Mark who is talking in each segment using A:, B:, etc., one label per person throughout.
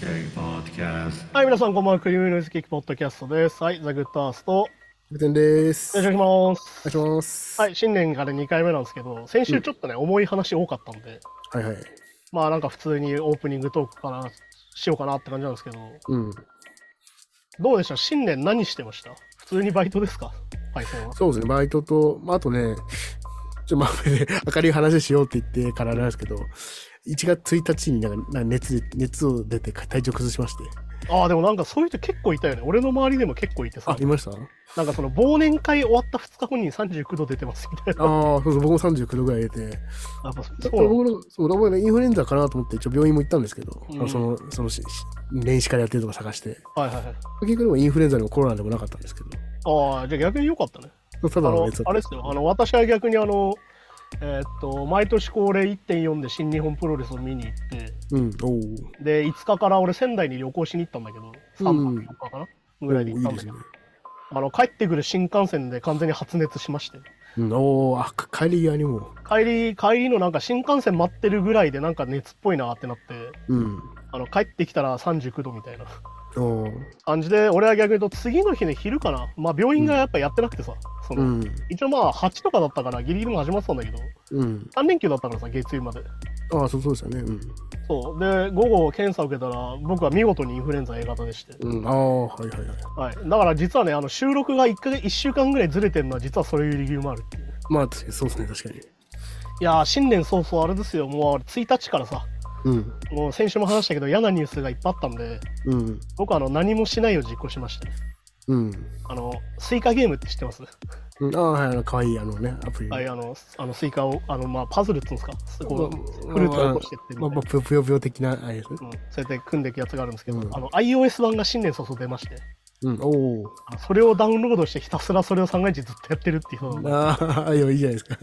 A: Kick Podcast.
B: はい、皆さんこんばんは。クリームノイズキックポッドキャストです。はい、ザ・グッドアースト。
C: 無点です。
B: よろ
C: お
B: しくお願いしま
C: 願い
B: す。
C: します。
B: はい、新年から2回目なんですけど、先週ちょっとね、重い話多かったんで、
C: はいはい。
B: まあなんか普通にオープニングトークからしようかなって感じなんですけど、
C: うん。
B: どうでした新年何してました普通にバイトですかパイセンは。
C: そうですね、バイトと、まあ、あとね、ちょっとまあ、 明るい話しようって言ってからなんですけど、1月1日になんかなんか熱で熱を出て体調崩しまして。
B: ああ、でもなんかそういう人結構いたよね。俺の周りでも結構いて
C: あ
B: さ、、
C: いましたあ
B: なんかその忘年会終わった2日後に39度出てますみたいな。
C: あ、そうそう、僕も39度ぐらい出て。
B: やっぱそう
C: だ
B: な
C: から
B: の
C: 僕の、そう、だからね、インフルエンザかなと思って一応病院も行ったんですけど、
B: うん
C: その、そのし、し年始からやってるとか探して。
B: はいはいはい。
C: 結局でもインフルエンザでもコロナでもなかったんですけ
B: ああ、じゃあ逆に良かったね。
C: ど、た
B: あ
C: だの
B: の
C: 熱だ
B: あ
C: っ
B: れ
C: た
B: ですよあの私は逆にあの、えーっと毎年恒例1.4で新日本プロレスを見に行って
C: うん、おう
B: で5日から俺仙台に旅行しに行ったんだけど
C: うん
B: 3泊4日かな、ぐらいで行った
C: い
B: ん
C: い
B: だ
C: で
B: け
C: す
B: ど
C: ね。
B: あの帰ってくる新幹線で完全に発熱しまして
C: うん、おうあ、か帰り際にも。
B: 帰り帰りのなんか新幹線待ってるぐらいでなんか熱っぽいなってなって
C: うん。
B: あの帰ってきたら39度みたいな
C: おう
B: 感じで俺は逆に言うと次の日の昼かなまあ病院がやっぱやってなくてさ、その
C: うん。
B: 一応まあ8とかだったからギリギリも始まってたんだけど
C: うん。
B: 3連休だったからさ月曜日まで
C: ああ、そうそうですよね。うん。
B: そうで午後検査を受けたら僕は見事にインフルエンザ A 型でして、
C: うん、ああ、はいはいはい。
B: はい、だから実はねあの収録が 1, か月1週間ぐらいずれてるのは実はそういう理由もあるっていう
C: まあ、確かにそうですね、確かに。
B: いやー新年早々あれですよもう1日からさ
C: うん。
B: もう先週も話したけど嫌なニュースがいっぱいあったんで
C: うん。
B: 僕はあの何もしないを実行しました
C: うん。
B: あのスイカゲームって知ってます、
C: うん、ああ、はい、あの、かわいい、あのね、アプリ。
B: はい、あのあのスイカをあの、まあ、パズルっつうんですかこう
C: まあ
B: フルーツを起こしてってみ
C: ま
B: た
C: あ、
B: いな
C: まあ、ぷよぷよぷよ的な、あれですね
B: う。ん、そうやって組んでいくやつがあるんですけど、
C: うん
B: あの iOS 版が新年早々出まして
C: うん、おお。
B: あのそれをダウンロードしてひたすらそれを3回日ずっとやってるっていうのが
C: あ あ、いや、いいじゃないですか。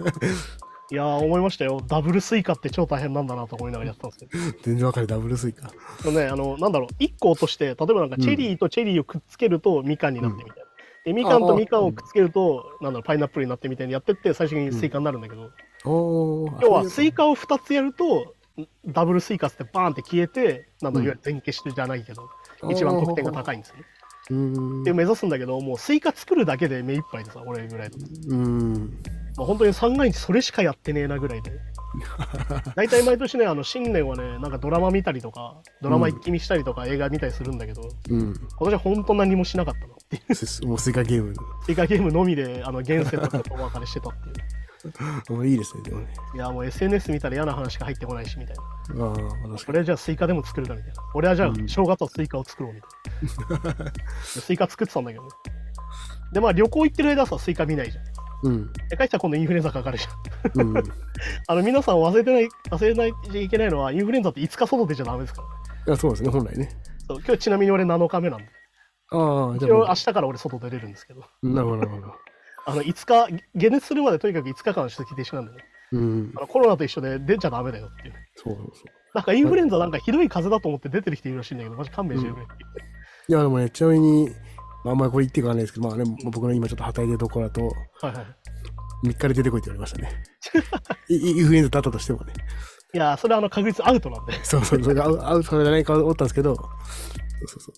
B: いやー思いましたよダブルスイカって超大変なんだなと思いながらやってたんですけ
C: 全然わかる、ダブルスイカ。
B: どでもねあのなんだろう1個落として例えばなんかチェリーとチェリーをくっつけるとみかんになってみたいな、でみかん
C: あ
B: と
C: あ
B: みかんをくっつけるとなんだろうパイナップルになってみたいにやってって最終的にスイカになるんだけど、
C: おお。
B: 要はスイ
C: カ。
B: カを2つやるとダブルスイカっつってバーンって消えてなんだろう
C: うん
B: いわゆる全消しじゃないけど、一番得点が高いんですよね、
C: うん
B: で。目指すんだけどもうスイカ作るだけで目いっぱいでさ俺ぐらいの、
C: うん。
B: まあ、本当に三が日それしかやってねえなぐらいで大体毎年ねあの新年はねなんかドラマ見たりとかドラマ一気見したりとか映画見たりするんだけど、
C: うん。
B: 今年は本当何もしなかったのっていう
C: すもうスイカゲーム。
B: 追加ゲームのみであの現世とかとお別れしてたっていう
C: もういいですね、でもね。
B: いやもう SNS 見たら嫌な話しか入ってこないしみたいな
C: ああ、確か
B: これじゃあスイカでも作るかみたいな俺はじゃあ正月はスイカを作ろうみたいなスイカ作ってたんだけどねでまあ旅行行ってる間はさスイカ見ないじゃん
C: に。うん。
B: で帰ったら今度インフルエンザかかるじゃん
C: うん。
B: あの皆さん忘れてない忘れないといけないのはインフルエンザっていつか外出ちゃダメですからね
C: あそうですね、本来ね。
B: そう今日ちなみに俺7日目なんで
C: ああ、じ
B: 一
C: ゃあも
B: 応
C: う
B: 明日から俺外出れるんですけど、
C: なるほど、なるほど。
B: あの5日、解熱するまでとにかく5日間出勤停止なんでね、
C: うん
B: あ。のコロナと一緒で出ちゃダメだよっていう。
C: そうそうそう。
B: なんかインフルエンザなんかひどい風邪だと思って出てる人いるらしいんだけど、マジ勘弁してくれっていう、
C: いや、でもね、ちなみに、まあ、あんまりこれ言っていかないですけど、まあね、僕の今ちょっと働いてるところだと、
B: はいはい。
C: 3日で出てこいって言われましたね。いいインフルエンザだったとしてもね。
B: いやー、それはあの確率アウトなんで、
C: そうそう、それが合う合うそれじゃないか思ったんですけど、そうそうそ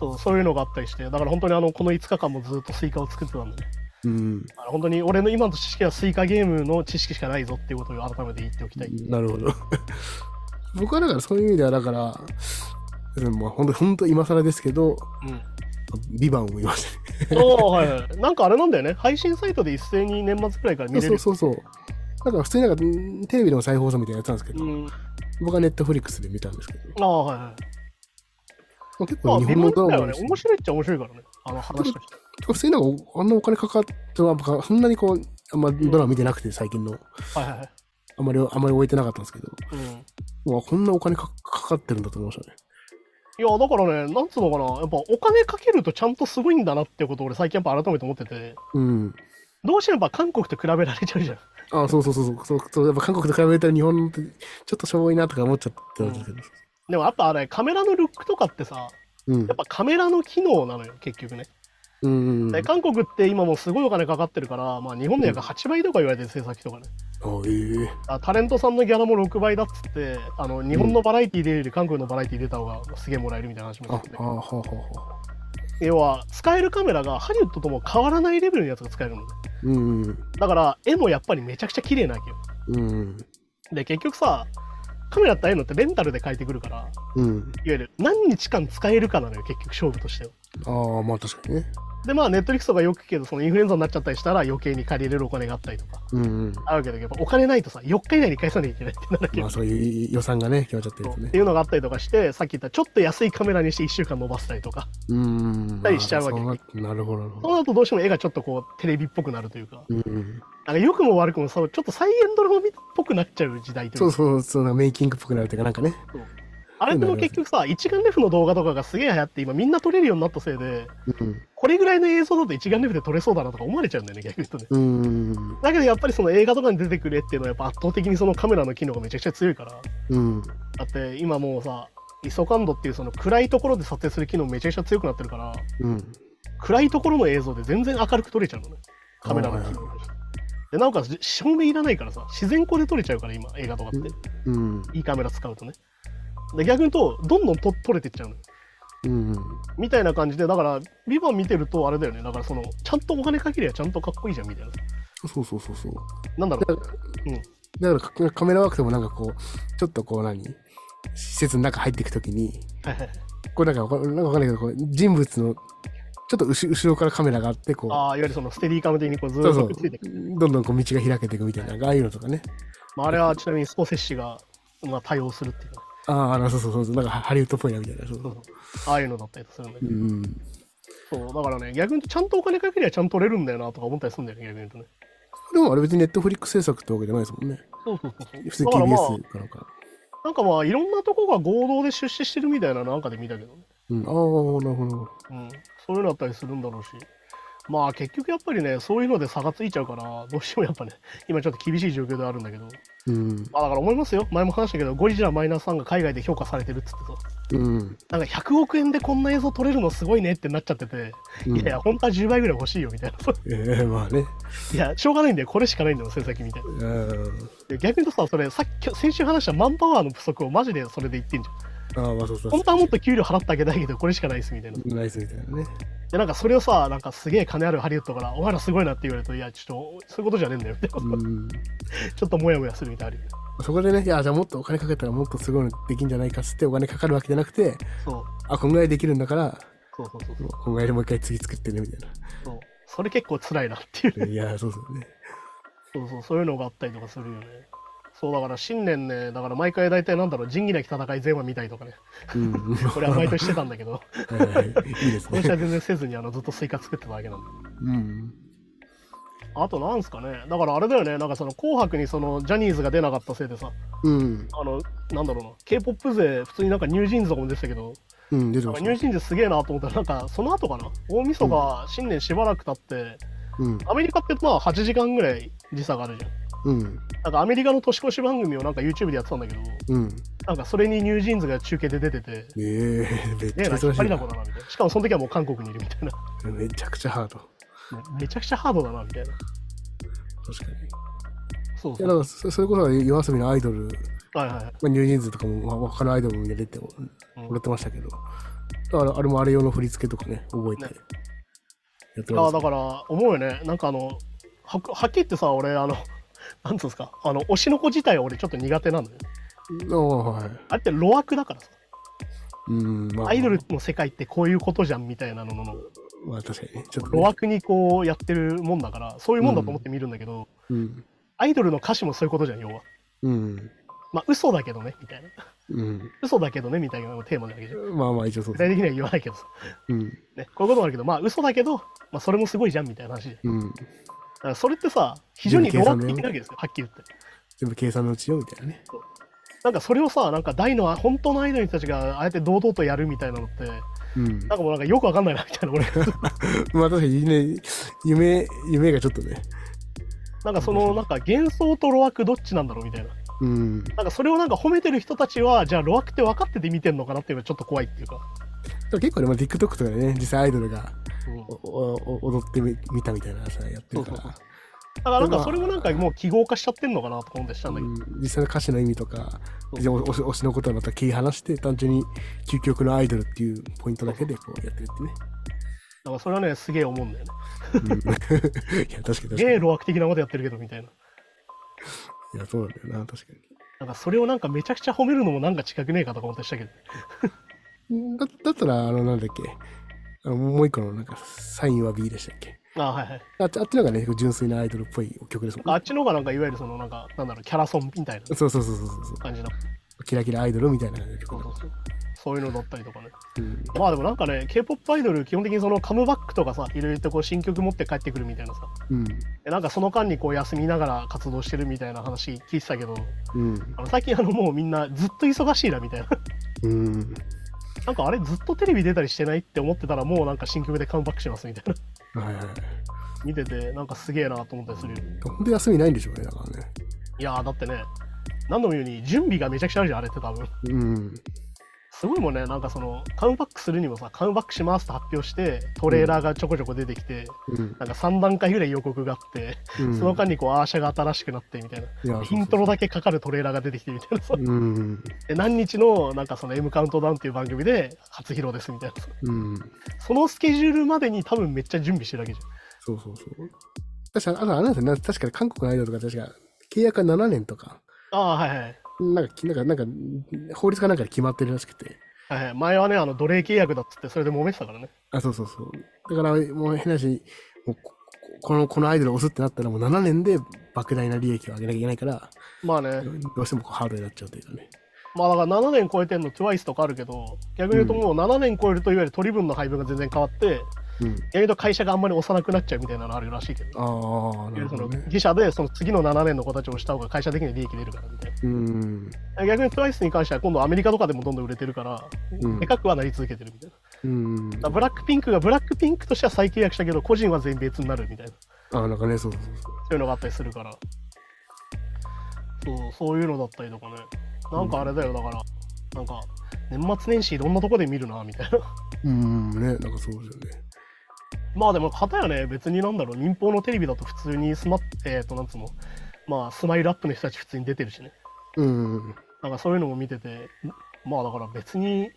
B: そうそういうのがあったりして、だから本当にあのこの5日間もずっとスイカを作ってたんでね、
C: う。うん。
B: あの本当に俺の今の知識はスイカゲームの知識しかないぞっていうことを改めて言っておきたい。
C: なるほど。僕はだからそういう意味では、だから、まあ、本当本当今更ですけど、
B: うん
C: ビバンを見ましたね。
B: おーはいはい、なんかあれなんだよね、配信サイトで一斉に年末くらいから見れ
C: そ
B: る
C: う。そうそう。なんか普通になんかんテレビの再放送みたいなやつなんですけど、
B: うん、
C: 僕はネットフリックスで見たんですけど、
B: ああ、はいはい。
C: まあ結
B: まあ、
C: 構日
B: 微
C: 本
B: 妙
C: のド
B: だよ
C: ラマ
B: ね
C: で。すね
B: 面白いっちゃ面白いからね。あの話として。
C: 普通になんかおあんなお金かかっては僕そんなにこうあんまドラマ見てなくて最近の
B: はいはいはい。
C: あんまりあんまり置いてなかったんですけど
B: うん。
C: うわこんなお金かかかってるんだと思いましたね
B: いや、だからね、なんつうのかな、やっぱお金かけるとちゃんとすごいんだなってことを俺最近やっぱ改めて思ってて、
C: うん
B: どうしてもやっぱ韓国と比べられちゃうじゃん。
C: あそうそうそうそうそうそうやっぱ韓国と比べたら日本ってちょっとしょぼいなとか思っちゃってたんですけど
B: でもやっぱあれ、カメラのルックとかってさ、
C: うん
B: やっぱカメラの機能なのよ、結局ね。
C: うん。
B: で韓国って今もうすごいお金かかってるから、まあ、日本の約8倍とか言われてる制作費とかね
C: おええ
B: あタレントさんのギャラも6倍だっつってあの日本のバラエティー出るより韓国のバラエティー出た方がすげえもらえるみたいな話も
C: あ、
B: あ
C: は
B: って
C: あ、はあ、はあ。
B: 要は使えるカメラがハリウッドとも変わらないレベルのやつが使えるのね
C: うん。うん
B: だから絵もやっぱりめちゃくちゃ綺麗なわけよ。
C: うん。
B: で結局さカメラってああいうのってレンタルで借りてくるからいわ
C: うん。
B: ゆる何日間使えるかなのよ結局勝負としては
C: ああ、まあ確かにね。
B: でまあネットリックスとかよく聞くけどそのインフルエンザになっちゃったりしたら余計に借りれるお金があったりとか
C: うんうん。
B: あるわけどやっぱお金ないとさ4日以内に返さなきゃいけないってなるわけ
C: ま
B: よ
C: あそういう予算がね、決まっちゃってる
B: そ
C: と
B: うっ
C: ね
B: て。いうのがあったりとかしてさっき言ったちょっと安いカメラにして1週間伸ばしたりとか
C: うん。
B: たりしちゃうわけ
C: まあそうななるほど、なるほ
B: そ
C: ど。
B: うなるとどうしても絵がちょっとこうテレビっぽくなるというか
C: うんうん、
B: なんか良くも悪くもそうちょっと再現ドラマっぽくなっちゃう時代というか
C: そうそうそうなんかメイキングっぽくなるというかなんかね
B: あれでも結局さ、一眼レフの動画とかがすげえ流行って、今みんな撮れるようになったせいで、
C: うん
B: これぐらいの映像だと一眼レフで撮れそうだなとか思われちゃうんだよね、逆に言うとね。
C: うんうん
B: だけどやっぱりその映画とかに出てくれっていうのはやっぱ圧倒的にそのカメラの機能がめちゃくちゃ強いから。
C: うん
B: だって今もうさ、イソ感度っていうその暗いところで撮影する機能めちゃくちゃ強くなってるから、
C: うん
B: 暗いところの映像で全然明るく撮れちゃうのね、カメラの機能がで、なおかつ照明いらないからさ、自然光で撮れちゃうから今、映画とかって。
C: うん
B: いいカメラ使うとね。で逆に言うと、どんどんと撮れてっちゃうのよ
C: うん
B: みたいな感じで、だから、ビバン見てると、あれだよね、だからその、ちゃんとお金かけりゃちゃんとかっこいいじゃんみたいな。
C: そうそうそうそう
B: なんだろ
C: だ
B: う、
C: か
B: うん
C: らだからカメラワークでもなんかこうちょっとこう何施設の中入っていくときに
B: はいはいはい
C: こうなんかわかなんかわかんないけどこう人物のちょっと後後ろからカメラがあってこう
B: ああ、いわゆるその、ステディカム的にこうずー
C: そう
B: っ
C: そ
B: と
C: う
B: くっついていく。
C: どんどんこう道が開けていくみたいななんかああいうのとかね
B: まあ、あれはちなみにスコセッシが、まあ、対応するっていうか、
C: あああのそうそうそうそうなんかハリウッドっぽいなみたいなそうそう
B: ああいうのだったりするんだけど、
C: うん
B: そう、だからね、逆に言うとちゃんとお金かけりゃちゃんと撮れるんだよなとか思ったりするんだよね、逆に言うとね。
C: でもあれ別にネットフリックス制作ってわけじゃないですもんね
B: そうそうそう
C: 普通
B: だからまあ、
C: TBS かなんか、
B: なんかまあ、いろんなとこが合同で出資してるみたいな、なんかで見たけどね。
C: うん、ああなるほど
B: うん、そういうのだったりするんだろうし、まあ結局やっぱりね、そういうので差がついちゃうから、どうしてもやっぱね、 今ちょっと厳しい状況ではあるんだけど、
C: うん
B: まあだから思いますよ、前も話したけど、ゴリラマイナス3が海外で評価されてるっつってさ、
C: うん
B: なんか100億円でこんな映像撮れるのすごいねってなっちゃってて、
C: うん
B: いやいや、本当は10倍ぐらい欲しいよみたいな、
C: ええまあね
B: いや、しょうがないんだよ、これしかないんだよ、成績みたいな。
C: うん
B: で逆に言うとさ、それ、さっき先週話したマンパワーの不足をマジでそれで言ってんじゃん。
C: ああまあそうそうそ
B: 本当はもっと給料払ってあげたいけど、これしかないっすみたいな。
C: うナイスみたいなね
B: でなんかそれをさなんかすげえ金あるハリウッドからお前らすごいなって言われるといやちょっとそういうことじゃねえんだよみたいな
C: うん
B: ちょっとモヤモヤするみたいなのあるよね
C: そこでねいやじゃあもっとお金かけたらもっとすごいのできんじゃないかっつってお金かかるわけじゃなくて
B: そう
C: あこんぐらいできるんだから
B: そうそうそうそう
C: こんぐらいでもう一回次作ってねみたい
B: そうそれ結構辛いなっていう
C: ないやそうそうね
B: そうそうそういうのがあったりとかするよねそうだから新年ねだから毎回大体なんだろう仁義なき戦い全話見たりとかね
C: うん
B: これは毎年してたんだけど
C: はいはいいいです
B: 今年
C: ね
B: は全然せずにあのずっとスイカ作ってただけなんで
C: うん
B: あとなんすかねだからあれだよねなんかその「紅白」にそのジャニーズが出なかったせいでさ
C: うん
B: あのなんだろうな k p o p 勢普通になんかニュージーンズとかも出てたけど
C: うん出て
B: なん
C: ま
B: かニ
C: し
B: ュー
C: た
B: ジーンズすげえなと思ったら、なんかその後かな、大晦日が新年しばらく経って、
C: うん
B: アメリカってまあ8時間ぐらい時差があるじゃん。
C: うん
B: なんかアメリカの年越し番組をなんか YouTube でやってたんだけど、
C: うん
B: なんかそれにニュージーンズが中継で出てて、
C: ええめ
B: ね
C: っ
B: え
C: ち
B: な、
C: ゃ
B: 引
C: 珍
B: っ
C: し
B: 張
C: い
B: りだこだなみたいな。しかもその時はもう韓国にいるみたいな。
C: なめちゃくちゃハード
B: ねめちゃくちゃハードだなみたいな。
C: 確かに
B: そう
C: い
B: そ
C: や
B: う。は
C: だからそそれこそ夜遊びのアイドル、
B: いはいはい。
C: まあ、ニュージーンズとかも、まあ、他のアイドルも出ても
B: うん
C: 踊ってましたけど、だからあれもあれ用の振り付けとかね覚えて
B: ね
C: やって
B: あ
C: ま
B: あ
C: す
B: だから思うよね、なんかあの、ははっきり言ってさ、俺、あの、なんつうんですか、あの、推しの子自体は俺ちょっと苦手なのよ。
C: ああはい
B: あれって路悪だからさ、
C: うんまあ
B: アイドルの世界ってこういうことじゃんみたいなのの。
C: まあ確かにねちょっと
B: 路
C: ね、
B: 悪にこうやってるもんだからそういうもんだと思って見るんだけど、
C: うん
B: アイドルの歌詞もそういうことじゃん要は
C: うん
B: まあ嘘だけどねみたいな
C: うん
B: 嘘だけどねみたいなのがテーマなわけじゃん
C: まあまあ一応そう
B: 具
C: で
B: 体的
C: す
B: には言わないけどさ、
C: うん
B: ね、こういうこともあるけどまあ嘘だけど、まあ、それもすごいじゃんみたいな話じゃんだ
C: うん
B: からそれってさ非常に
C: 全
B: 路
C: 部計
B: 悪
C: 算だよ
B: 的なわけですよはっきり言って
C: 全部計算のうちよみたいなね
B: なんかそれをさなんか大の本当のアイドルたちがああやって堂々とやるみたいなのって
C: うん
B: なんかもうなんかよくわかんないなみたいな俺
C: まあ確かにね夢夢がちょっとね
B: なんかそのなんか幻想と路悪どっちなんだろうみたいな
C: うんだか
B: なんかそれをなんか褒めてる人たちはじゃあ路悪って分かってて見てんのかなっていうのはちょっと怖いっていうから
C: 結構ね、まあ、TikTok とかでね実際アイドルが
B: うん
C: おおお踊ってみ見たみたいな話やってるから
B: そうだからなんかそれもなんかもう記号化しちゃってんのかなと思ってしたんだけど、
C: うん実際の歌詞の意味とか
B: そう
C: でお推し推しのことはまた切り離して単純に究極のアイドルっていうポイントだけでこうやってる
B: だからそれはねすげえ思うんだよね
C: ってね、 うんいや確かに確かに
B: すげえ路悪的なことやってるけどみたいない
C: やそうなんだよな確かに
B: なんかそれをなんかめちゃくちゃ褒めるのもなんか近くねえかとか思ってしたけど
C: だだったら、あの、なんだっけ、あのもう一個の、なんか、サインは B でしたっけ。
B: ああはいはい
C: あっちあっちの方がね、純粋なアイドルっぽい曲ですも
B: あ
C: ん
B: っちの方がなんかいわゆるそのなんかなんだろうキャラソンみたいな
C: そうそうそうそうそうそう。
B: 感じの
C: キラキラアイドルみたいな
B: そ
C: 曲
B: う
C: だ
B: そうそうそういうのだったりとかね
C: うん
B: まあでもなんかね k p o p アイドル基本的にそのカムバックとかさいろいろとこう新曲持って帰ってくるみたいなさ
C: うん。
B: でなんかその間にこう休みながら活動してるみたいな話聞いてたけど
C: うん。
B: あの最近あのもうみんなずっと忙しいなみたいな
C: うん。
B: なんかあれずっとテレビ出たりしてないって思ってたらもうなんか新曲でカムバックしますみたいな
C: はいはい。
B: 見ててなんかすげえなと思ったりするよ
C: ほんと休みないんでしょうね、だからね。
B: いやーだってね何度も言うように準備がめちゃくちゃあるじゃんあれって多分
C: うん。
B: すごいもんねなんかそのカムバックするにもさカムバックしますと発表してトレーラーがちょこちょこ出てきて、
C: うん。
B: なんか3段階ぐらい予告があって、
C: うん
B: その間にこうアーシャが新しくなってみたいない
C: や
B: イントロだけかかるトレーラーが出てきてみたいなさ
C: うん。
B: で何日のなんかその M カウントダウンっていう番組で初披露ですみたいなさ
C: うん。
B: そのスケジュールまでに多分めっちゃ準備してるわけじゃ
C: そうそうそう。確か、あとあれなんですよね、確か韓国のアイドルとか、確か、契約が7年とか、
B: んああはいはい
C: なんか、きなんか、なんか、法律かなんかで決まってるらしくて。
B: はいはい、前はね、あの奴隷契約だっつって、それで揉めてたからね。
C: あ、そうそうそう。だから、もう変なし、もうここの、このアイドルを押すってなったら、もう7年で莫大な利益を上げなきゃいけないから、
B: まあね、
C: どうしてもこうハードになっちゃうというかね。
B: まあだから7年超えてんの TWICE とかあるけど、逆に言うともう7年超えるといわゆる取り分の配分が全然変わって、
C: う
B: 逆
C: ん。
B: に言うと会社があんまり幼くなっちゃうみたいなのあるらしいけど。
C: ああ、
B: い
C: な
B: わゆ
C: る
B: るそ
C: ほ
B: の
C: どね。
B: 自社でその次の7年の子たちをした方が会社的に利益出るからみたい
C: うん。
B: な逆に TWICE に関しては今度アメリカとかでもどんどん売れてるから、
C: うん
B: でかくはなり続けてるみたいなだか
C: うん。
B: らブラックピンクがブラックピンクとしては再契約したけど個人は全別になるみたいな
C: あなんかね、そうそうそう。
B: そういうのがあったりするから。そう、そういうのだったりとかね。なんかあれだよ、だから、なんか、年末年始いろんなとこで見るな、みたいな。
C: うん、ね、なんかそうですよね。
B: まあでも、片やね、別になんだろう、民放のテレビだと普通にスマえっ、と、なんつうの、まあ、スマイルアップの人たち普通に出てるしね。
C: うん。
B: なんかそういうのも見てて、まあだから別に、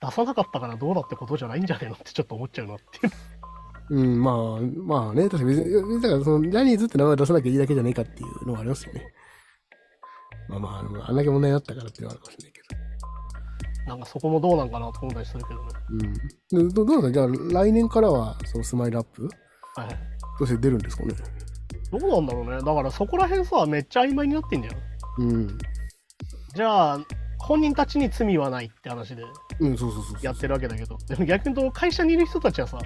B: 出さなかったからどうだってことじゃないんじゃねえのってちょっと思っちゃうなっていう。
C: うん、まあ、まあね、確かに別に、だからその、ジャニーズって名前を出さなきゃいいだけじゃないかっていうのはありますよね。まあまああの、あんだけ問題になったからっていうのはあるかもしれないけど。
B: なんかそこもどうなんかなと思ったりするけどね。
C: うん、どどうだじゃあ来年からはそのスマイルアップ
B: はいはい。
C: として出るんですかね
B: どうなんだろうね。だからそこら辺さ、めっちゃ曖昧になってんじゃん。
C: うん、
B: じゃあ本人たちに罪はないって話で
C: うん、そうそうそうそう
B: やってるわけだけどでも逆に言うと会社にいる人たちはさ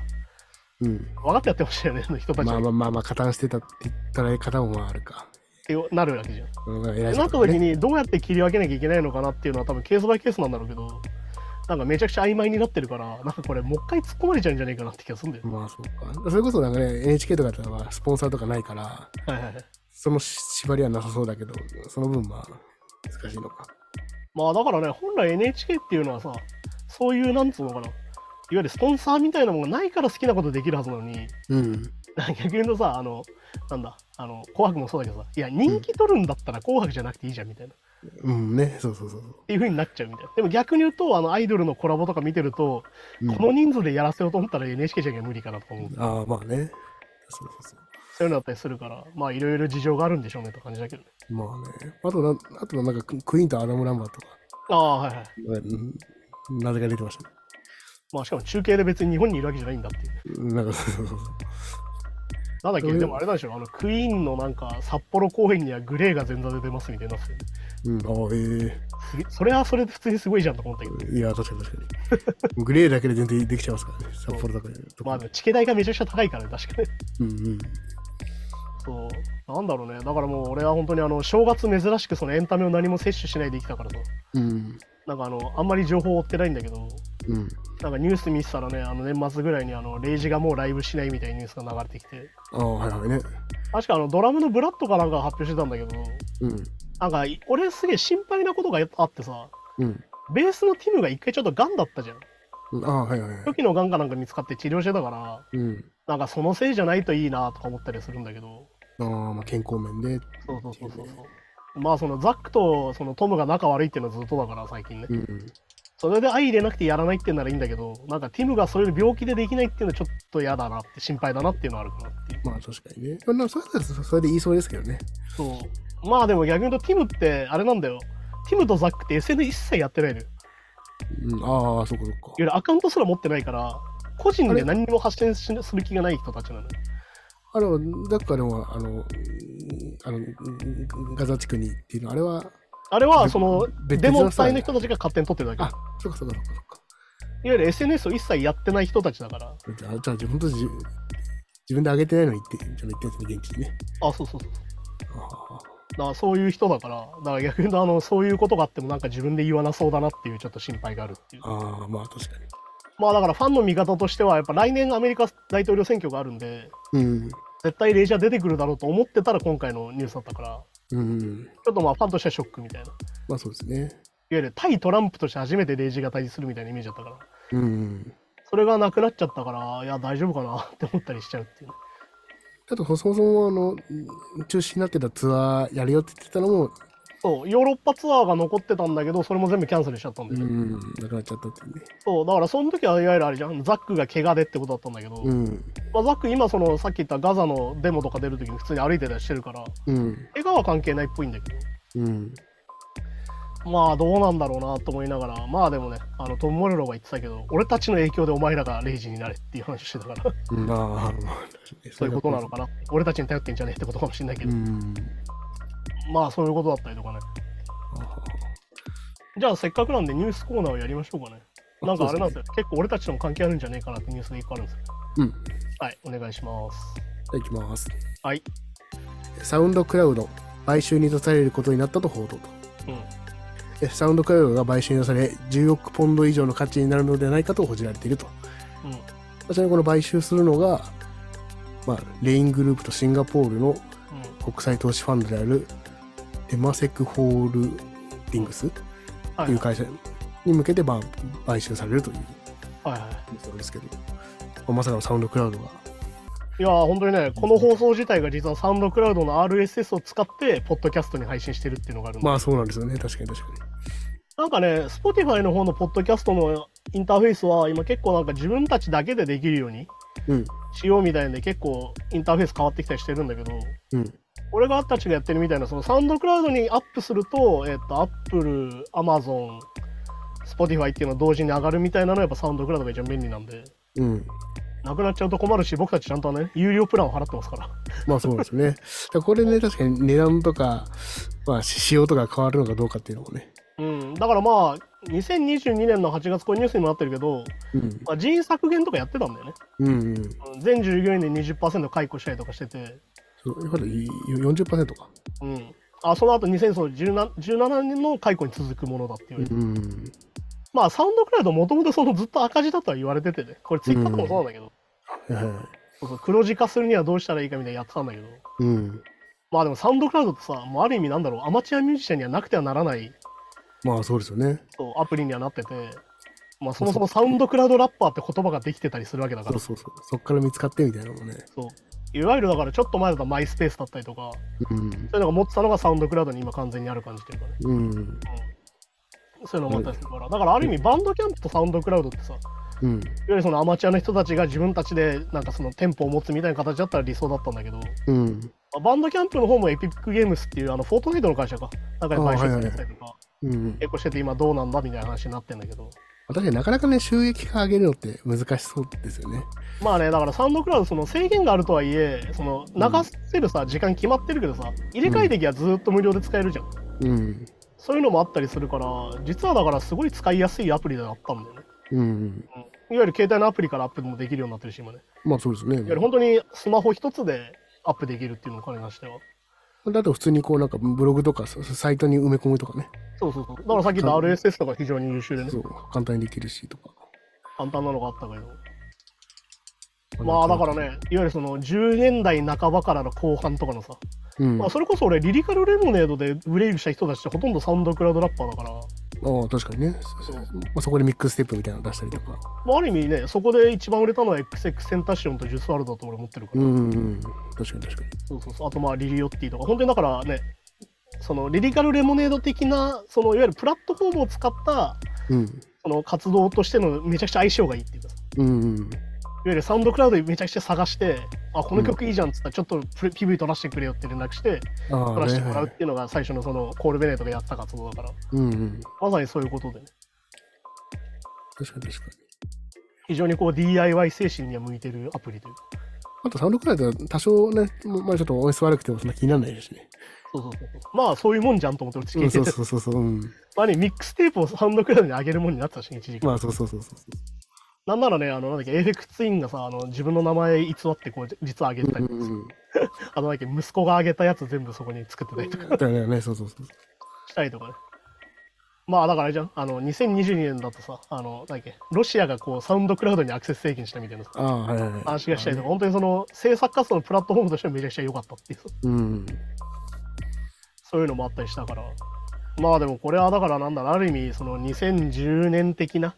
C: うん、
B: 分かってやってましたよねあの人たち
C: ま
B: は
C: あ
B: っ
C: まあまあまあ加担してたって言ったら方もまああるか、
B: てなるわけじゃん。
C: うん、偉い
B: な
C: 人
B: った
C: とか
B: 時
C: ね
B: にどうやって切り分けなきゃいけないのかなっていうのは多分ケースバイケースなんだろうけどなんかめちゃくちゃ曖昧になってるからなんかこれもう一回突っ込まれちゃうんじゃないかなって気がするんだよ。
C: まあそうかそれこそなんかね NHK とかだったらまあスポンサーとかないから
B: はいはいはい
C: そのし縛りはなさそうだけどその分まあ難しいのか
B: まあだからね本来 NHK っていうのはさそういうなんつうのかないわゆるスポンサーみたいなものがないから好きなことできるはずなのに
C: うん
B: 逆に言うとさあのなんだあの「紅白」もそうだけどさいや人気取るんだったら「紅白」じゃなくていいじゃんみたいな、っ
C: うんねそうそうそう
B: ていう風になっちゃうみたいなでも逆に言うとあのアイドルのコラボとか見てると、
C: うん
B: この人数でやらせようと思ったら NHK じゃ無理かなとか思う、
C: ああまあねそうそうそう
B: そういうのだったりするからまあいろいろ事情があるんでしょうねって感じだけどね
C: まあねあとなあとなんかククイーンとアダム・ランバーとか
B: ああはいはい
C: うんなぜか出てましたね
B: まあしかも中継で別に日本にいるわけじゃないんだっていう
C: なんかそうそうそう。
B: なんだっけ
C: そういう
B: でもあれなんでしょうあのクイーンのなんか札幌公演にはグレーが前座で出ますみたいになってて
C: うん、ああ、え
B: すげそれはそれで普通にすごいじゃんとか思ったけど
C: えいや、確かに確か に。グレーだけで全然できちゃいますからね、札幌だから。
B: まあでもチケ代がめちゃくちゃ高いからね確かに
C: うんうん。
B: そうなんだろうねだからもう俺は本当にあの正月珍しくそのエンタメを何も摂取しないで生きたからさ
C: うん。
B: なんかあのあんまり情報を追ってないんだけど
C: うん。
B: なんかニュース見てたらねあの年末ぐらいにあのレイジがもうライブしないみたいなニュースが流れてきて
C: ああ、はいはいね。
B: 確かあのドラムのブラッドかなんかが発表してたんだけど
C: うん。
B: なんかい俺すげえ心配なことがあってさ
C: うん。
B: ベースのティムが一回ちょっとガンだったじゃん
C: うんああ、はいはいはい。
B: 初期のがんかなんか見つかって治療してたから、
C: うん。
B: なんかそのせいじゃないといいなとか思ったりするんだけど、
C: ああ、まあ健康面で。
B: そうそうそうそうそう。まあそのザックとそのトムが仲悪いっていうのはずっとだから最近ね。
C: うん。
B: それで相入れなくてやらないってんならいいんだけど、なんかティムがそういう病気でできないっていうのはちょっと嫌だなって心配だなっていうのはあるかなっていう。
C: まあ確かにね。でもなんかそれだったらそれで言いそうですけどね。
B: そう。まあでも逆に言うとティムってあれなんだよ。ティムとザックって SN 一切やってないのよ。
C: うん、ああ、そっかそっか
B: い。わゆるアカウントすら持ってないから、個人で何にも発信しする気がない人たちなのよ。
C: あの、だからもうあの、うんあの、うんガザ地区にっていうの、あれは、
B: あれはその
C: 別
B: デ
C: 別
B: モ
C: のさ
B: 隊の人たちが勝手に撮ってるだけ。
C: あそっかそっかそっかそっか。
B: いわゆる SNS を一切やってない人たちだから。
C: じゃあ、じゃあ自分と自自分で上げてないのに言って、じゃあ言ってんですね、現地にね。
B: あ、そうそうそう。
C: あ
B: だからそういう人だから、だから逆に言うとあのそういうことがあってもなんか自分で言わなそうだなっていうちょっと心配があるっていう
C: あ。ああ、まあ確か
B: まあだからファンの見方としては、やっぱ来年アメリカ大統領選挙があるんで、
C: に。うん。
B: 絶対レジャー出てくるだろうと思ってたら今回のニュースだったから、
C: うん。
B: ちょっとまあファンとしてはショックみたいな。いわ
C: まあそうですね。
B: ゆる対トランプとして初めてレイジが対峙するみたいなイメージだったから、
C: うん。
B: それがなくなっちゃったから、いや大丈夫かなって思ったりしちゃうっていう。
C: あと、そもそも、あの、中止になってたツアーやるよって言ってたのも、
B: そう、ヨーロッパツアーが残ってたんだけど、それも全部キャンセルしちゃったんだ
C: う
B: よね。
C: ん、なくなっちゃったっていうね。
B: そう、だからその時はいわゆるあれじゃん、ザックが怪我でってことだったんだけど、
C: うん。
B: まあ、ザック今そのさっき言ったガザのデモとか出るときに普通に歩いてたりしてるから
C: うん。
B: 怪我は関係ないっぽいんだけ
C: うん。
B: どまあどうなんだろうなと思いながらまあでもねあのトム・モレロが言ってたけど俺たちの影響でお前らがレイジになれっていう話をしてた から
C: まあ、まあ、そ
B: そういうことなのかな俺たちに頼ってんじゃねえってことかもしれないけど、
C: うん。
B: まあそういうことだったりとかねじゃあせっかくなんでニュースコーナーをやりましょうかねなんかあれなんですよ結構俺たちとも関係あるんじゃねえかなってニュースが一個あるんですよ
C: うん。
B: はいお願いします
C: じゃあ行きます。
B: はい。
C: サウンドクラウド、買収に出されることになったと報道と。
B: うん
C: えサウンドクラウドが買収に出され、10億ポンド以上の価値になるのではないかと報じられていると。
B: うん
C: ちなみにこの買収するのが、まあ、レイングループとシンガポールの
B: う
C: 国際投資ファンドであるデマセクホールディングスと
B: んはいいう
C: 会社に向けて、まあ、買収されるという
B: はいはい
C: ことなんですけど、まあまさかのサウンドクラウドが
B: いやー本当にね、この放送自体が実はサウンドクラウドの RSS を使って、ポッドキャストに配信してるっていうのがあるんで、
C: まあそうなんですよね確かに確かに
B: なんかね、Spotify の方のポッドキャストのインターフェースは、今結構なんか自分たちだけでできるように
C: うん
B: しようみたいんで、結構インターフェース変わってきたりしてるんだけど、
C: うん
B: 俺がたちがやってるみたいな、そのサウンドクラウドにアップすると、えっと、Apple、Amazon、Spotify っていうの同時に上がるみたいなのは、やっぱサウンドクラウドが一番便利なんで、
C: うん
B: なくなっちゃうと困るし、僕たちちゃんとね、有料プランを払ってますから。
C: まあそうですねだからこれね確かに値段とか、まあ、仕様とか変わるのかどうかっていうのもね
B: うん、だからまあ2022年の8月これニュースにもなってるけど、
C: うん
B: まあ、人員削減とかやってたんだよね
C: うんうん
B: うん全従業員で20%解雇したりとかしてて、
C: そうやっぱり40%か
B: うん、あその後2017 17年の解雇に続くものだって言わ
C: う
B: れて、
C: ん
B: まあサウンドクラウドもともとそのずっと赤字だとは言われててねこれツイッターとかもそうなんだけど、
C: はいは
B: そうそう黒字化するにはどうしたらいいかみたいなやってたんだけど
C: いうん
B: まあでもサウンドクラウドってさもうある意味なんだろうアマチュアミュージシャンにはなくてはならない
C: まあそうですよね
B: そうアプリにはなってて、まあ、そもそもサウンドクラウドラッパーって言葉ができてたりするわけだか
C: そ
B: ら
C: うそうそうそっから見つかってみたいなのもね
B: そういわゆるだからちょっと前だったらマイスペースだったりとか
C: うん
B: そういうのが持ってたのがサウンドクラウドに今完全にある感じというかね、
C: うん
B: うん、そういうのもあったりするからだからある意味バンドキャンプとサウンドクラウドってさいわ
C: うん
B: ゆるそのアマチュアの人たちが自分たちでなんかその店舗を持つみたいな形だったら理想だったんだけどま
C: うん
B: あバンドキャンプの方もエピックゲームスっていうあのフォートナイトの会社かなんかに買収されたりとか
C: うん、
B: 結構してて今どうなんだみたいな話になってんだけど
C: 確かになかなかね収益化上げるのって難しそうですよね。
B: まあねだからサウンドクラウドその制限があるとはいえその流せるさ時間決まってるけどさ入れ替えてきゃずっと無料で使えるじゃん
C: うん
B: そういうのもあったりするから、実はだからすごい使いやすいアプリではあったんだよね。
C: うん、
B: うんいわゆる携帯のアプリからアップもできるようになってるし、今ね。いわ
C: まあそうですね。
B: ゆる本当にスマホ一つでアップできるっていうのを彼に関しては。
C: だと普通にこうなんかブログとかそサイトに埋め込むとかね、
B: そうそうそう。だからさっき言った RSS とか非常に優秀でね
C: そ、う簡単にできるしとか。
B: 簡単なのがあったけど。まあだからね、いわゆるその10年代半ばからの後半とかのさ、
C: うん、
B: まあそれこそ俺、リリカルレモネードでブレイクした人たちってほとんどサウンドクラウドラッパーだから、
C: ああ、確かにね。そまあ、そこでミックステップみたいなの出したりとか。
B: まあ、ある意味ね、そこで一番売れたのは XX センタシオンとジュースワールドだと俺持ってるか
C: う
B: ら、
C: んうんうん。確かに確かに。
B: そうそうそうあとまあリリオッティとか、本当にだからね、そのリリカルレモネード的な、そのいわゆるプラットフォームを使った
C: うん。
B: その活動としてのめちゃくちゃ相性がいいっていうかさ、
C: うんうん。
B: いわゆるサウンドクラウドでめちゃくちゃ探して、あ、この曲いいじゃんっつったら、ちょっとプレ PV 撮らせてくれよって連絡して、
C: あ
B: 撮
C: あ、
B: らせ
C: ね
B: てもら
C: は
B: うっ
C: い。
B: ていうのが最初のそのコールベネートがやった活動だから、
C: うんうん。
B: まさにそういうことでね、
C: 確かに確かに。
B: 非常にこう DIY 精神には向いてるアプリというか。
C: あとサウンドクラウドは多少ね、まあちょっと OS 悪くてもそんな気にならないですしね。
B: そうそうそうそうまあそういうもんじゃんと思って俺
C: うん、
B: 聞
C: そ
B: いうてて
C: そうそうそう。うん、
B: まあね、ミックステープをサウンドクラウドに上げるもんになってたしね、一時期。
C: まあそうそうそうそう。
B: なんならね、あの、なんだっけ、エフェクツインがさ、あの、自分の名前偽って、こう、実は上げてた
C: う
B: り
C: ん
B: とか、
C: うんうん、
B: あの、なんだっけ、息子が上げたやつ全部そこに作ってたりとか
C: だよね、そうそうそう。
B: したりとかね。まあ、だからあれじゃん、あの、2022年だとさ、あの、なんだっけ、ロシアがこう、サウンドクラウドにアクセス制限したみたいなさ
C: ああ、はいはいはい。
B: 話がしたりとか、本当にその、制作活動のプラットフォームとしてはめちゃくちゃ良かったっていう、
C: うん。
B: そういうのもあったりしたから。まあでもこれはだからなんだろうある意味その2010年的な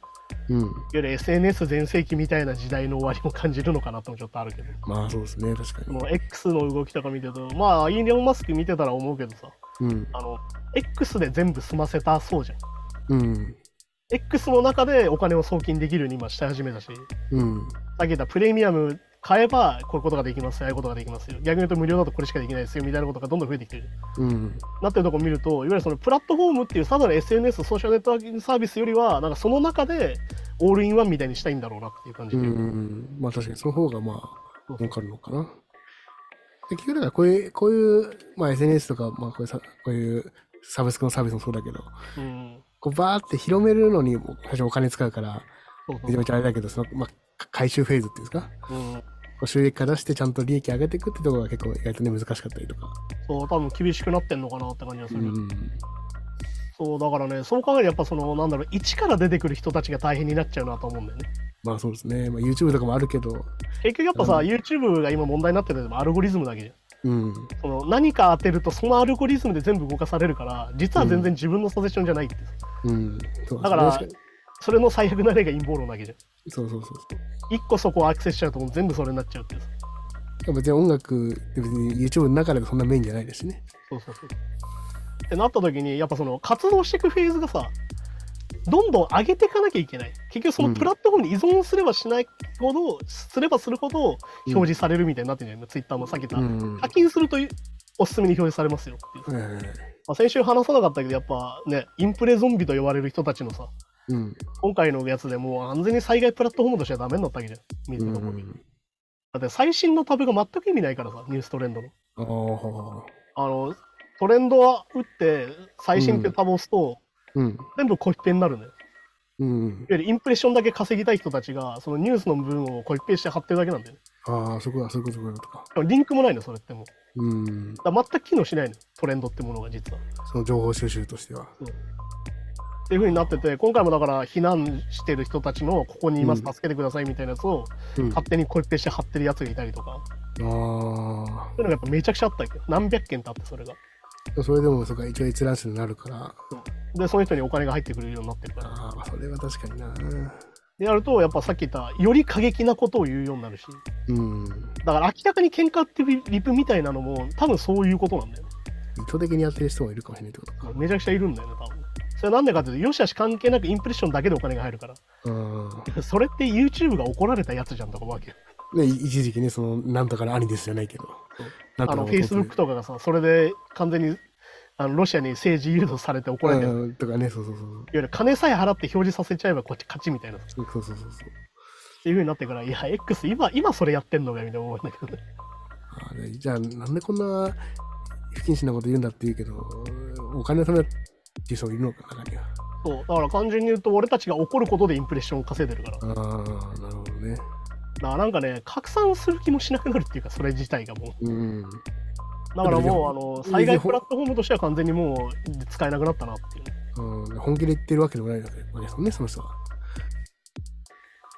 B: いわ
C: うん。
B: ゆる SNS 全盛期みたいな時代の終わりも感じるのかなともちょっとあるけど
C: まあそうですね、確か
B: その X の動きとか見てるとまあイーロン・マスク見てたら思うけどさ
C: に。うん。
B: あの X で全部済ませたそうじゃん
C: うん。
B: X の中でお金を送金できるように今し始めたしさ
C: うん。
B: っき言ったプレミアム買えばこういうことができますよああいうことができますよ逆に言うと無料だとこれしかできないですよみたいなことがどんどん増えてきてる
C: うん。
B: なってるとこ見るといわゆるそのプラットフォームっていうただの SNS ソーシャルネットワーキングサービスよりはなんかその中でオールインワンみたいにしたいんだろうなっていう感じ
C: う
B: で、
C: ん。まあ確かにその方がま
B: そう
C: あ、儲かるのかな。で結局だからこういう、こういう、まあ SNS とか、まあこういうさ、こういうサブスクのサービスもそうだけど、
B: うん
C: こうバーって広めるのにも最初お金使うから、
B: そうそう
C: めちゃめちゃあれだけど、その、まあ、回収フェーズっていうんですか。
B: うん
C: こう収益化出してちゃんと利益上げていくってところが結構意外とね難しかったりとか。
B: そう多分厳しくなってんのかなって感じがす
C: う
B: る、
C: ん。
B: そうだからねそう考えるとやっぱそのなんだろう一から出てくる人たちが大変になっちゃうなと思うんだよね
C: まあそうですね。まあ YouTube とかもあるけど、
B: 結局やっぱさ、
C: うん
B: YouTube が今問題になってるのもアルゴリズムだけじゃん
C: うん。
B: その何か当てるとそのアルゴリズムで全部動かされるから実は全然自分のサジェッションじゃないって、
C: うん。そう
B: だから
C: 確かに
B: それの最悪な例が陰謀論だけじゃん
C: そうそうそうそう。
B: 一個そこをアクセスしちゃうともう全部それになっちゃうっていうさ
C: でも別に音楽って別に YouTube の中でもそんなメインじゃないですしね。
B: そうそうそうってなった時にやっぱその活動していくフェーズがさどんどん上げていかなきゃいけない結局そのプラットフォームに依存すればしないほど、すればするほど表示されるみたいになってるんじゃないツイッターもさっき言った、
C: ん
B: 課金するというおすすめに表示されますよっていう、
C: う
B: ま
C: ん。
B: あ、先週話さなかったけどやっぱねインプレゾンビと呼ばれる人たちのさ
C: うん。
B: 今回のやつでもう完全に災害プラットフォームとしてはダメになったわけじゃん水のとこに、だって最新のタブが全く意味ないからさニューストレンドの
C: ああ。
B: あのトレンドは打って最新ってタブを押すと、
C: うん。
B: 全部コピペになるのよ。い
C: うん。
B: わゆるインプレッションだけ稼ぎたい人たちが、そのニュースの部分をコピペして貼ってるだけなんだよね。
C: ああ、そこだ、そこそこだとか。
B: でもリンクもないの、それってもう。
C: うん。
B: だから全く機能しないの、トレンドってものが実は。
C: その情報収集としては。
B: っていう風になってて、今回もだから避難してる人たちの、ここにいます、
C: うん
B: 助けてくださいみたいなやつを
C: うん。あ
B: 勝手にコピペして貼ってるやつがいたりとか、
C: あ
B: そういうのがやっぱめちゃくちゃあったわけど、何百件ってあって、それが。
C: ー。それでも、そこが一応閲覧数になるから。
B: で、その人にお金が入ってくれるようになってるから。
C: ああ、それは確かにな。
B: で、やると、やっぱさっき言った、より過激なことを言うようになるし、
C: うん。
B: だから明らかに喧嘩ってリプみたいなのも、多分そういうことなんだよね。
C: 意図的にやってる人もいるかもしれないってことか。
B: めちゃくちゃいるんだよね、多分。それなんでかっていうと、よしあし関係なくインプレッションだけでお金が入るから。
C: うん。
B: それって YouTube が怒られたやつじゃんとか思うわけよ。
C: ね、一時期ね、その、なんとかの兄ですじゃないけど。なん
B: あの、
C: とかの弟
B: Facebook とかがさ、それで完全にあのロシアに政治誘導されて怒られてる。いわ
C: うんとかね、そうそうそう。
B: ゆる金さえ払って表示させちゃえばこっち勝ちみたいな。っ
C: そうそうそうそうそう。
B: ていう風になってから、いや、X 今、今それやってんのかよみたいな思うんだけどね。
C: あれじゃあなんでこんな不謹慎なこと言うんだって言うけどお金のためだっていう人もいるのか中には
B: そう。だから単純に言うと、俺たちが怒ることでインプレッションを稼いでるから。だか
C: ああなるほどね
B: らなんかね、拡散する気もしなくなるっていうか、それ自体がもう。
C: うん
B: だからもう、あの、災害プラットフォームとしては完全にもう使えなくなったなっていうね。
C: うん本気で言ってるわけでもないわけですよねその人は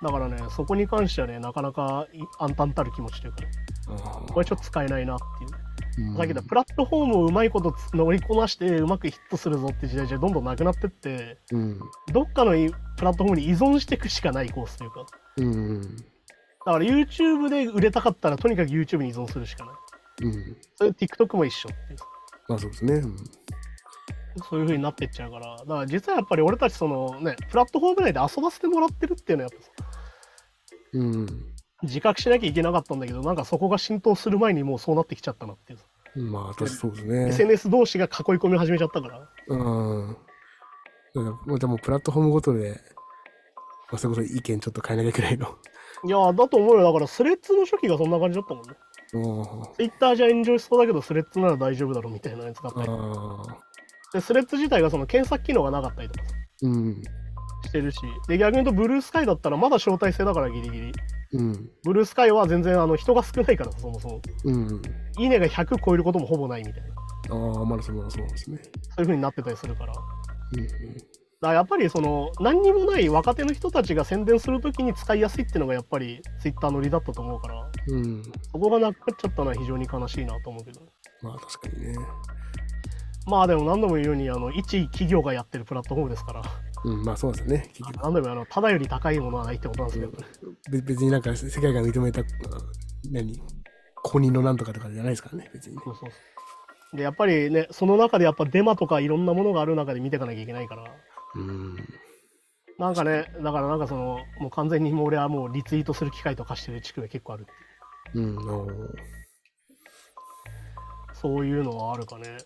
B: だからね、そこに関してはね、なかなかい暗淡たる気持ちというかね、
C: あー
B: これちょっと使えないなっていう。
C: うん
B: だけどプラットフォームをうまいことつ乗りこなしてうまくヒットするぞって時代じゃどんどんなくなってって
C: うん
B: どっかのいプラットフォームに依存していくしかないコースというか
C: うんうん
B: だから YouTube で売れたかったらとにかく YouTube に依存するしかない
C: うん
B: それ TikTok も一緒っていう
C: まあそうですねうん
B: そういう風になってっちゃうからだから実はやっぱり俺たちそのねプラットフォーム内で遊ばせてもらってるっていうのはやっぱ
C: うん
B: 自覚しなきゃいけなかったんだけどなんかそこが浸透する前にもうそうなってきちゃったなっていう
C: まあ私そうですね
B: SNS 同士が囲い込み始めちゃったから
C: うんだからまあでもプラットフォームごとでまあそれこそ意見ちょっと変えなきゃいけないの
B: い やーだと思うよだからスレッズの初期がそんな感じだったもんね
C: うん
B: ツイッターじゃ炎上しそうだけど、スレッズなら大丈夫だろみたいなやつがあったり、
C: ああ
B: でスレッズ自体がその検索機能がなかったりとか
C: うん
B: してるし、で逆に言うと、ブルースカイだったらまだ招待制だからギリギリ、
C: うん
B: ブルースカイは全然あの人が少ないからさ、そもそも、
C: うん
B: いいねが100超えることもほぼないみたいな、
C: ああまだそうまだそうなんです
B: そうい
C: ね
B: う風になってたりするから。だか
C: うん
B: らやっぱりその何にもない若手の人たちが宣伝するときに使いやすいっていうのがやっぱりツイッターの売りだったと思うから
C: うんうん
B: そこがなくなっちゃったのは非常に悲しいなと思うけど
C: まあ確かにね
B: まあでも何度も言うようにあの一企業がやってるプラットフォームですから
C: うんまあそうですね結局
B: なんだろうあのただより高いものはないってことなんですけど、
C: べ別になんか世界が認めたあ何公認のなんとかとかじゃないですからね別にね
B: そうそうそうでやっぱりねその中でやっぱデマとかいろんなものがある中で見ていかなきゃいけないから
C: うん
B: なんかねだからなんかそのもう完全にもう俺はもうリツイートする機会とかしてる地区が結構ある
C: うんおー
B: そういうのはあるかね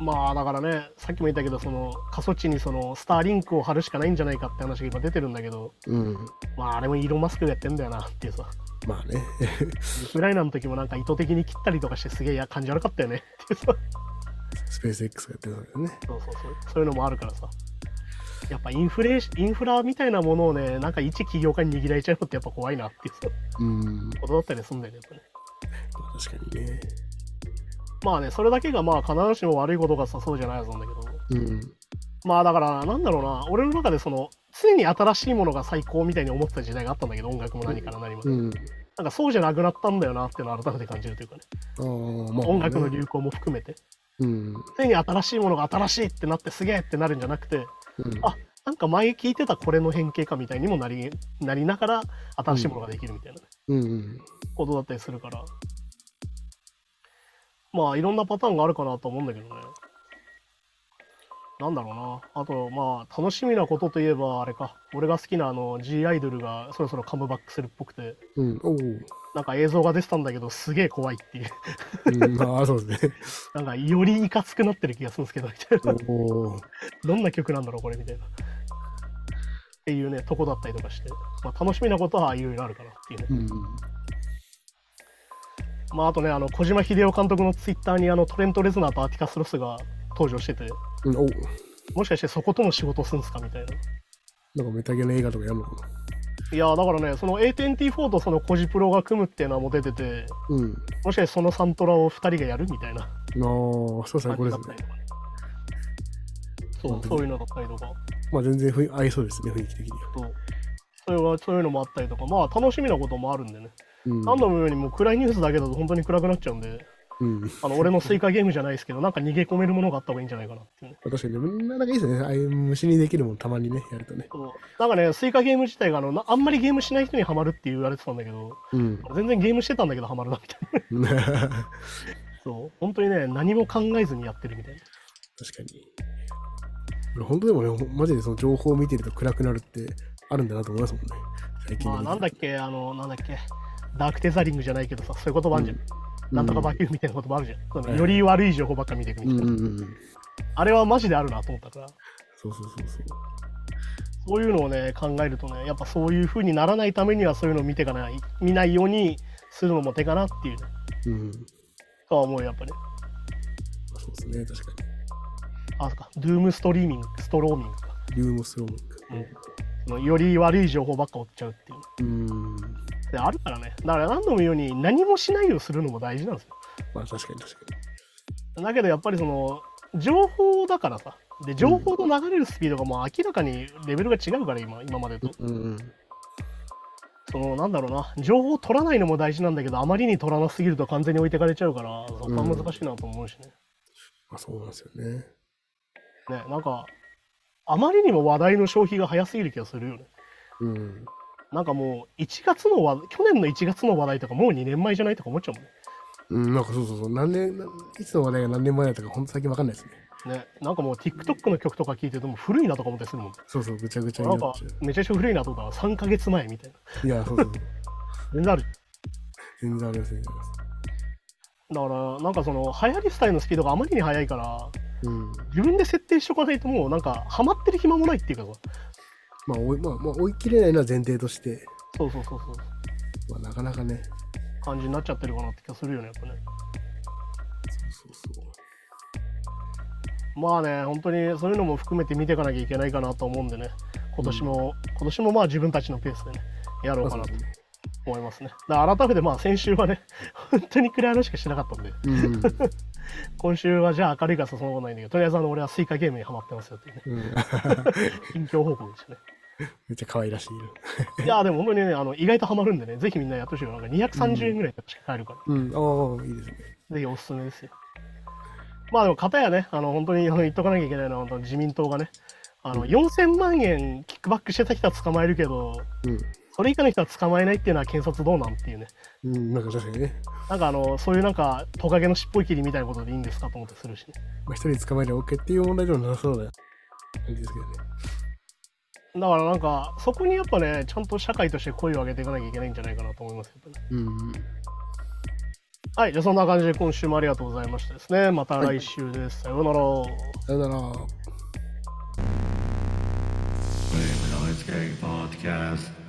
B: まあだからねさっきも言ったけどその過疎地にそのスターリンクを貼るしかないんじゃないかって話が今出てるんだけど
C: うん
B: まああれもイーロン・マスクがやってんだよなっていうさ
C: まあね
B: ウクライナの時もなんか意図的に切ったりとかしてすげえ感じ悪かったよねっていうさ
C: スペース X がやってたんだけどね
B: そうそうそうそういうのもあるからさやっぱインフレインフラみたいなものをねなんか一企業家に握られちゃうのってやっぱ怖いなっていうさ
C: うんま
B: ことだったりするんだよねやっぱね
C: あ確かにね
B: まあねそれだけがまあ必ずしも悪いことがさそうじゃないはずなんだけど
C: うん
B: まあだからなんだろうな俺の中でその常に新しいものが最高みたいに思ってた時代があったんだけど音楽も何から何まで、
C: うん
B: なんかそうじゃなくなったんだよなっていうのを改めて感じるというかね
C: ああまあ
B: 音楽の流
C: 由
B: 行も含めて
C: うん
B: 常に新しいものが新しいってなってすげえってなるんじゃなくて
C: うん
B: あなんか前聞いてたこれの変形かみたいにもなりなりながら新しいものができるみたいなね、
C: うんうん
B: ことだったりするからまあいろんなパターンがあるかなと思うんだけどねなんだろうなあとまあ楽しみなことといえばあれか俺が好きなあの G アイドルがそろそろカムバックするっぽくて
C: うんおー
B: なんか映像が出てたんだけどすげえ怖いっていう
C: うんまあそうですね
B: なんかよりいかつくなってる気がするんですけどみたいな
C: おお
B: どんな曲なんだろうこれみたいな。っていうね、とこだったりとかして、まあ、楽しみなことはいろいろあるかなっていうね。
C: うん
B: まあ、あとね、あの小島秀夫監督のツイッターにあのトレント・レズナーとアティカス・ロスが登場してて、
C: うんおー
B: もしかしてそことも仕事するんですかみたいな。
C: なんかメタゲの映画とかやるのかない
B: やーだからね、その AT&T4 とそのコジプロが組むっていうのはもう出てて、
C: うん
B: もしかしてそのサントラを2人がやるみたいな
C: ああそうです
B: 感
C: ねこ
B: じ
C: れ
B: だ
C: で
B: った
C: すね
B: りとかね。そうそういうのだったりとか。
C: まあ全然ふい合いそうですね雰囲気的には
B: そうそれはそういうのもあったりとか、まあ楽しみなこともあるんでね。
C: うん
B: 何度も言うようにもう暗いニュースだけだと本当に暗くなっちゃうんで
C: うん
B: あの俺のスイカゲームじゃないですけどなんか逃げ込めるものがあった方がいいんじゃないかなっていうね
C: 確かに、なんかいいですね。ああいう虫にできるもんたまにね、やるとね。
B: そうなんかねスイカゲーム自体があのなあんまりゲームしない人にはまるって言われてたんだけど
C: うん。
B: 全然ゲームしてたんだけどはまるなみたいな
C: 確か
B: そう本当にね何も考えずにやってるみたいな
C: に。俺本当でもね、ほんマジでその情報を見てると暗くなるってあるんだなと思いますもんね。最近
B: まあ
C: の
B: なんだっけあのなんだっけダークテザリングじゃないけどさそういうこともあるじゃん、
C: うん
B: なんとかバキューみたいなこともあるじゃん、その
C: はい
B: より悪い情報ばっか見ていくみ
C: う
B: たい
C: ん
B: な、
C: うんうん。
B: あれはマジであるなと思ったから
C: そうそうそうそう。
B: そういうのをね考えるとねやっぱそういう風にならないためにはそういうのを見てかない見ないようにするのも手かなっていうね
C: うん。ま
B: とは思うよやっぱり、ね、
C: あそうですね、確か
B: あそっかドゥームストリーミングストローミングか
C: に。リュウもスローモン
B: そのより悪い情報ばっか追っちゃうっていう
C: うん。
B: であるからねだから何度も言うように何もしないようにするのも大事なんですよ
C: まあ確かに確か
B: だけどやっぱりその情報だからさで情報と流れるスピードがもう明らかにレベルが違うから今今までと
C: に。うん。
B: そのなんだろうな情報を取らないのも大事なんだけどあまりに取らなすぎると完全に置いてかれちゃうからそこは難しいなと思うしね,、
C: まあ、そうなんですよね。
B: ねなんかあまりにも話題の消費が早すぎる気がするよね
C: うん。
B: なんかもう1月の話去年の1月の話題とかもう2年前じゃないとか思っちゃうもんね
C: うん、なんかそうそうそう。何年、ないつの話題が何年前だったか、ほんと最近わかんないですね。
B: ね、なんかもう TikTok の曲とか聴いてても古いなとか思ったりするもん。
C: そうそう、ぐちゃぐちゃ
B: な
C: に
B: ん
C: な
B: か
C: っちゃ
B: めちゃくちゃ古いなとか3ヶ月前みたいな。
C: う。いや、そうそう。
B: 全然ある。
C: 全然ありません。
B: だからなんかその流行りスタイルのスピードがあまりに速いから
C: うん。
B: 自分で設定しとかないともうなんかハマってる暇もないっていうかさ。
C: まあ、追い、まあ、まあ、追い切れないのは前提として、
B: そうそうそうそう。
C: まあ、なかなかね。
B: 感じになっちゃってるかなって気がするよねやっぱね。
C: そうそうそう。
B: まあね本当にそういうのも含めて見ていかなきゃいけないかなと思うんでね今年も、今年もまあ自分たちのペースでねやろうかなと思いますね。だから改めてまあ先週はね本当に暗い話しかしてなかったんで。
C: うん。
B: 今週はじゃあ明るいからそのことないんだけどとりあえずあの俺はスイカゲームにハマってますよっていうね
C: うん、
B: 近況報告で したね
C: めっちゃ可愛らしい色。
B: いやーでも本当にねあの意外とハマるんでねぜひみんなやってほしいよなんか230円ぐらいで確か買えるから、
C: うん。ああ、いいですね。
B: ぜひおすすめですよまあでも片やねあの本当にあの言っとかなきゃいけないのは本当に自民党がねあの4000万円キックバックしてた人は捕まえるけどそれ以下の人は捕まえないっていうのは検察どうなんっていうね
C: うん。うん、なんか確かにね。
B: なんかあのそういうなんかトカゲの尻尾切りみたいなことでいいんですかと思ってするしね
C: まあ、一人捕まえれば OK っていう問題でもなさそうだよ。感じですけどね。
B: だからなんかそこにやっぱねちゃんと社会として声を上げていかなきゃいけないんじゃないかなと思いますけどね
C: うん。
B: はいじゃあそんな感じで今週もありがとうございましたですねまた来週です、さようなら
C: さよなら。
A: Wave Noise Gang Podcast.